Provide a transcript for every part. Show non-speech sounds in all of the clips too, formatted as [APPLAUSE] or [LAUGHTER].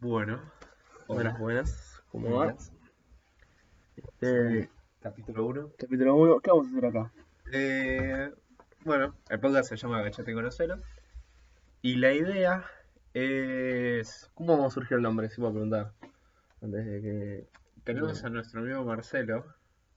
Bueno, buenas, buenas. ¿Cómo Buenas. vas? Este, capítulo 1. Capítulo 1, ¿qué vamos a hacer acá? eh, bueno, el podcast se llama Agachate y Conocelo. Y la idea es. ¿Cómo surgió el nombre? Si me voy a preguntar. Antes de que. Tenemos a nuestro amigo Marcelo.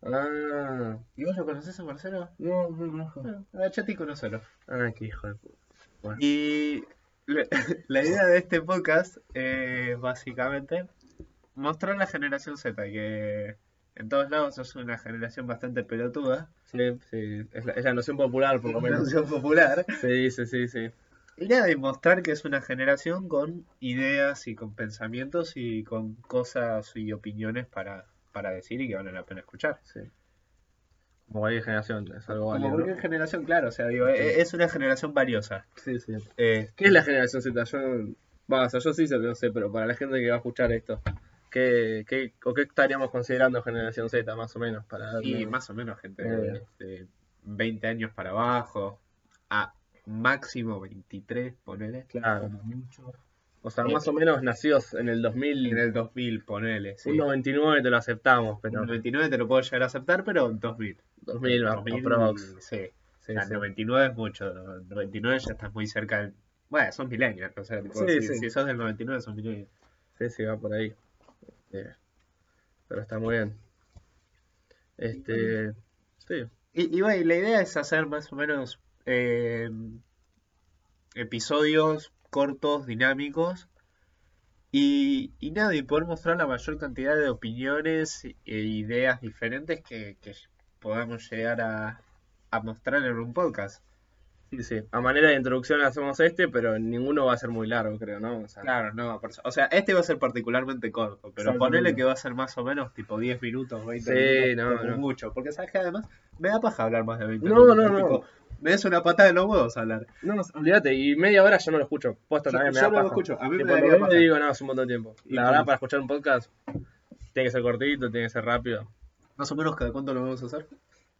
Ah, ¿Y vos lo conocés a Marcelo? no, no lo conozco. Bueno, agachate y conocelo. Ah, qué hijo de puta. Bueno. Y le- [LAUGHS] la idea de este podcast eh, es básicamente mostrar la generación Z, que en todos lados es una generación bastante pelotuda, Sí, sí, es la, es la noción popular, por lo una [LAUGHS] menos. noción [LAUGHS] popular. Sí, sí, sí, sí. Y nada, y mostrar que es una generación con ideas y con pensamientos y con cosas y opiniones para, para decir y que valen la pena escuchar. sí. Como cualquier generación, es algo Como válido. ¿no? cualquier generación, claro, o sea, digo, e- es una generación valiosa. Sí, sí. Eh, ¿Qué es la generación Z? Yo, va, o sea, yo sí sé, no sé, pero para la gente que va a escuchar esto, ¿qué, qué, o qué estaríamos considerando generación Z, más o menos? Para darle- Y más o menos gente Eh. de de 20 años para abajo, a máximo 23, ponele. Claro. Como mucho. O sea, más o menos nacidos en el 2000, En el 2000, ponele. Sí. un 99 te lo aceptamos, pero... Un 99 te lo puedo llegar a aceptar, pero 2000. 2000, 2000, aprox. Sí. Sí, O sea, sí. 99 es mucho. 99 ya estás muy cerca del. Bueno, son milenios. O sea, tipo, Sí, si, sí. si sos del 99, son milenios. Sí, sí, va por ahí. Eh, pero está muy bien. Este. Sí, Y, y bueno, y la idea es hacer más o menos eh, episodios cortos, dinámicos, y, y nada, y poder mostrar la mayor cantidad de opiniones e ideas diferentes que, que podamos llegar a, a mostrar en un podcast. sí, sí. A manera de introducción hacemos este, pero ninguno va a ser muy largo, creo, ¿no? O sea, Claro, no, por eso- o sea, este va a ser particularmente corto, pero Exactamente. ponele que va a ser más o menos tipo 10 minutos, 20 Sí, minutos, no, como no. mucho, porque sabes que además me da paja hablar más de 20 No, minutos, no, no. tipo, me des una patada en los huevos hablar. No, no, olvídate, y media hora yo no lo escucho. Posta Yo- también me yo da no lo paja. escucho, a mí me Tipo, daría lo veo y paja. digo, no, es un montón de tiempo. Y La como- verdad, para escuchar un podcast, tiene que ser cortito, tiene que ser rápido. Más o menos cada cuánto lo vamos a hacer.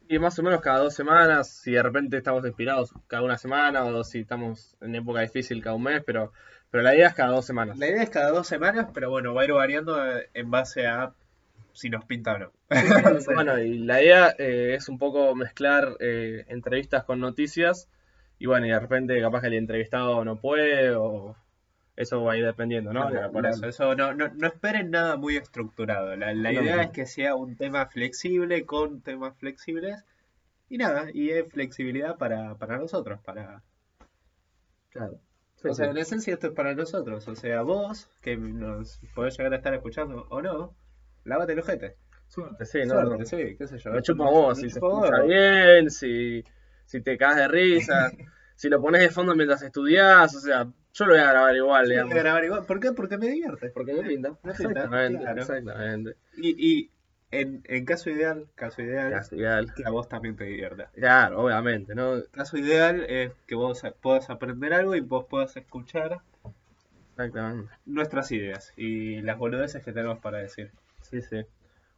Y más o menos cada dos semanas, si de repente estamos inspirados, cada una semana, o si estamos en época difícil, cada un mes, pero, pero la idea es cada dos semanas. La idea es cada dos semanas, pero bueno, va a ir variando eh, en base a si nos pinta o [LAUGHS] no. Sí, Bueno, y la idea eh, es un poco mezclar eh, entrevistas con noticias y bueno, y de repente capaz que el entrevistado no puede o eso va a ir dependiendo, ¿no? Claro, Por por eso, eso. eso no, no, no esperen nada muy estructurado. La, la No, idea no. es que sea un tema flexible, con temas flexibles, y nada, y es flexibilidad para, para nosotros, para... Sí, o sea, sí. en esencia esto es para nosotros, o sea, vos, que nos podés llegar a estar escuchando o no, lávate el ojete. Suerte, sí, no, Suerte, no. sí, qué sé yo. Me chupa Me vos, si se chupa escucha vos. bien, si, si te cagas [LAUGHS] de risa, si lo pones de fondo mientras estudias, o sea, yo lo voy a grabar igual, Sí, digamos. voy a grabar igual. ¿Por qué? Porque me divierte. Porque me pinta. Me pinta, Exactamente, claro. exactamente. Y, y en, en caso ideal, caso ideal, Casi ideal. que a vos también te divierta. Claro, obviamente, ¿no? Caso ideal es que vos a- puedas aprender algo y vos puedas escuchar Exactamente. nuestras ideas y las boludeces que tenemos para decir. Sí, sí.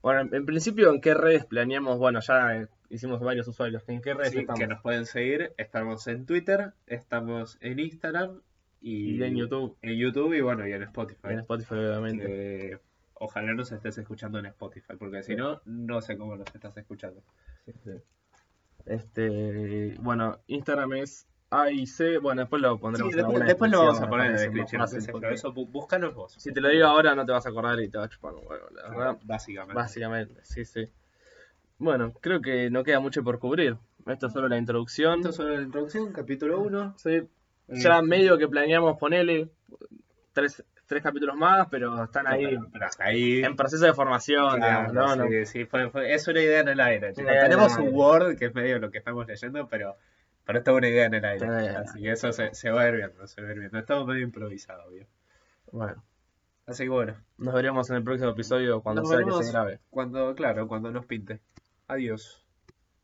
Bueno, en, en principio, ¿en qué redes planeamos? Bueno, ya eh, hicimos varios usuarios. ¿En qué redes Sí, estamos? que nos pueden seguir, estamos en Twitter, estamos en Instagram y, Y en YouTube. En YouTube y bueno, y en Spotify. En Spotify, obviamente. Eh, ojalá nos estés escuchando en Spotify, porque si Sí. no, no sé cómo nos estás escuchando. Sí, sí. Este, bueno, Instagram es AIC. Bueno, después lo pondremos Sí, en después, alguna después lo vamos a descripción, poner en la me descripción. parece más qué sé yo, fácil, eso, bú- búscanos vos. Ah, porque Si te lo digo ahora, no te vas a acordar y te va a chupar un huevo, la verdad. Básicamente. Básicamente, sí, sí. Bueno, creo que no queda mucho por cubrir. Esto es solo la introducción. Esto es solo la introducción, capítulo 1. Sí, ya medio que planeamos ponerle tres, tres capítulos más, pero están ahí ahí. en proceso de formación, Claro, digamos, ¿no? No. sí, sí, fue- fue- es una idea en el aire. chicos. idea en Tenemos el un aire. Word, que es medio lo que estamos leyendo, pero, pero esto es una idea en el aire. Está bien. Así que eso se, se va a ir viendo, se va a ir viendo. Estamos medio improvisado, obvio. Bueno, Así que bueno, nos veremos en el próximo episodio cuando Nos sea que veremos. se grabe. cuando, claro, cuando nos pinte. Adiós.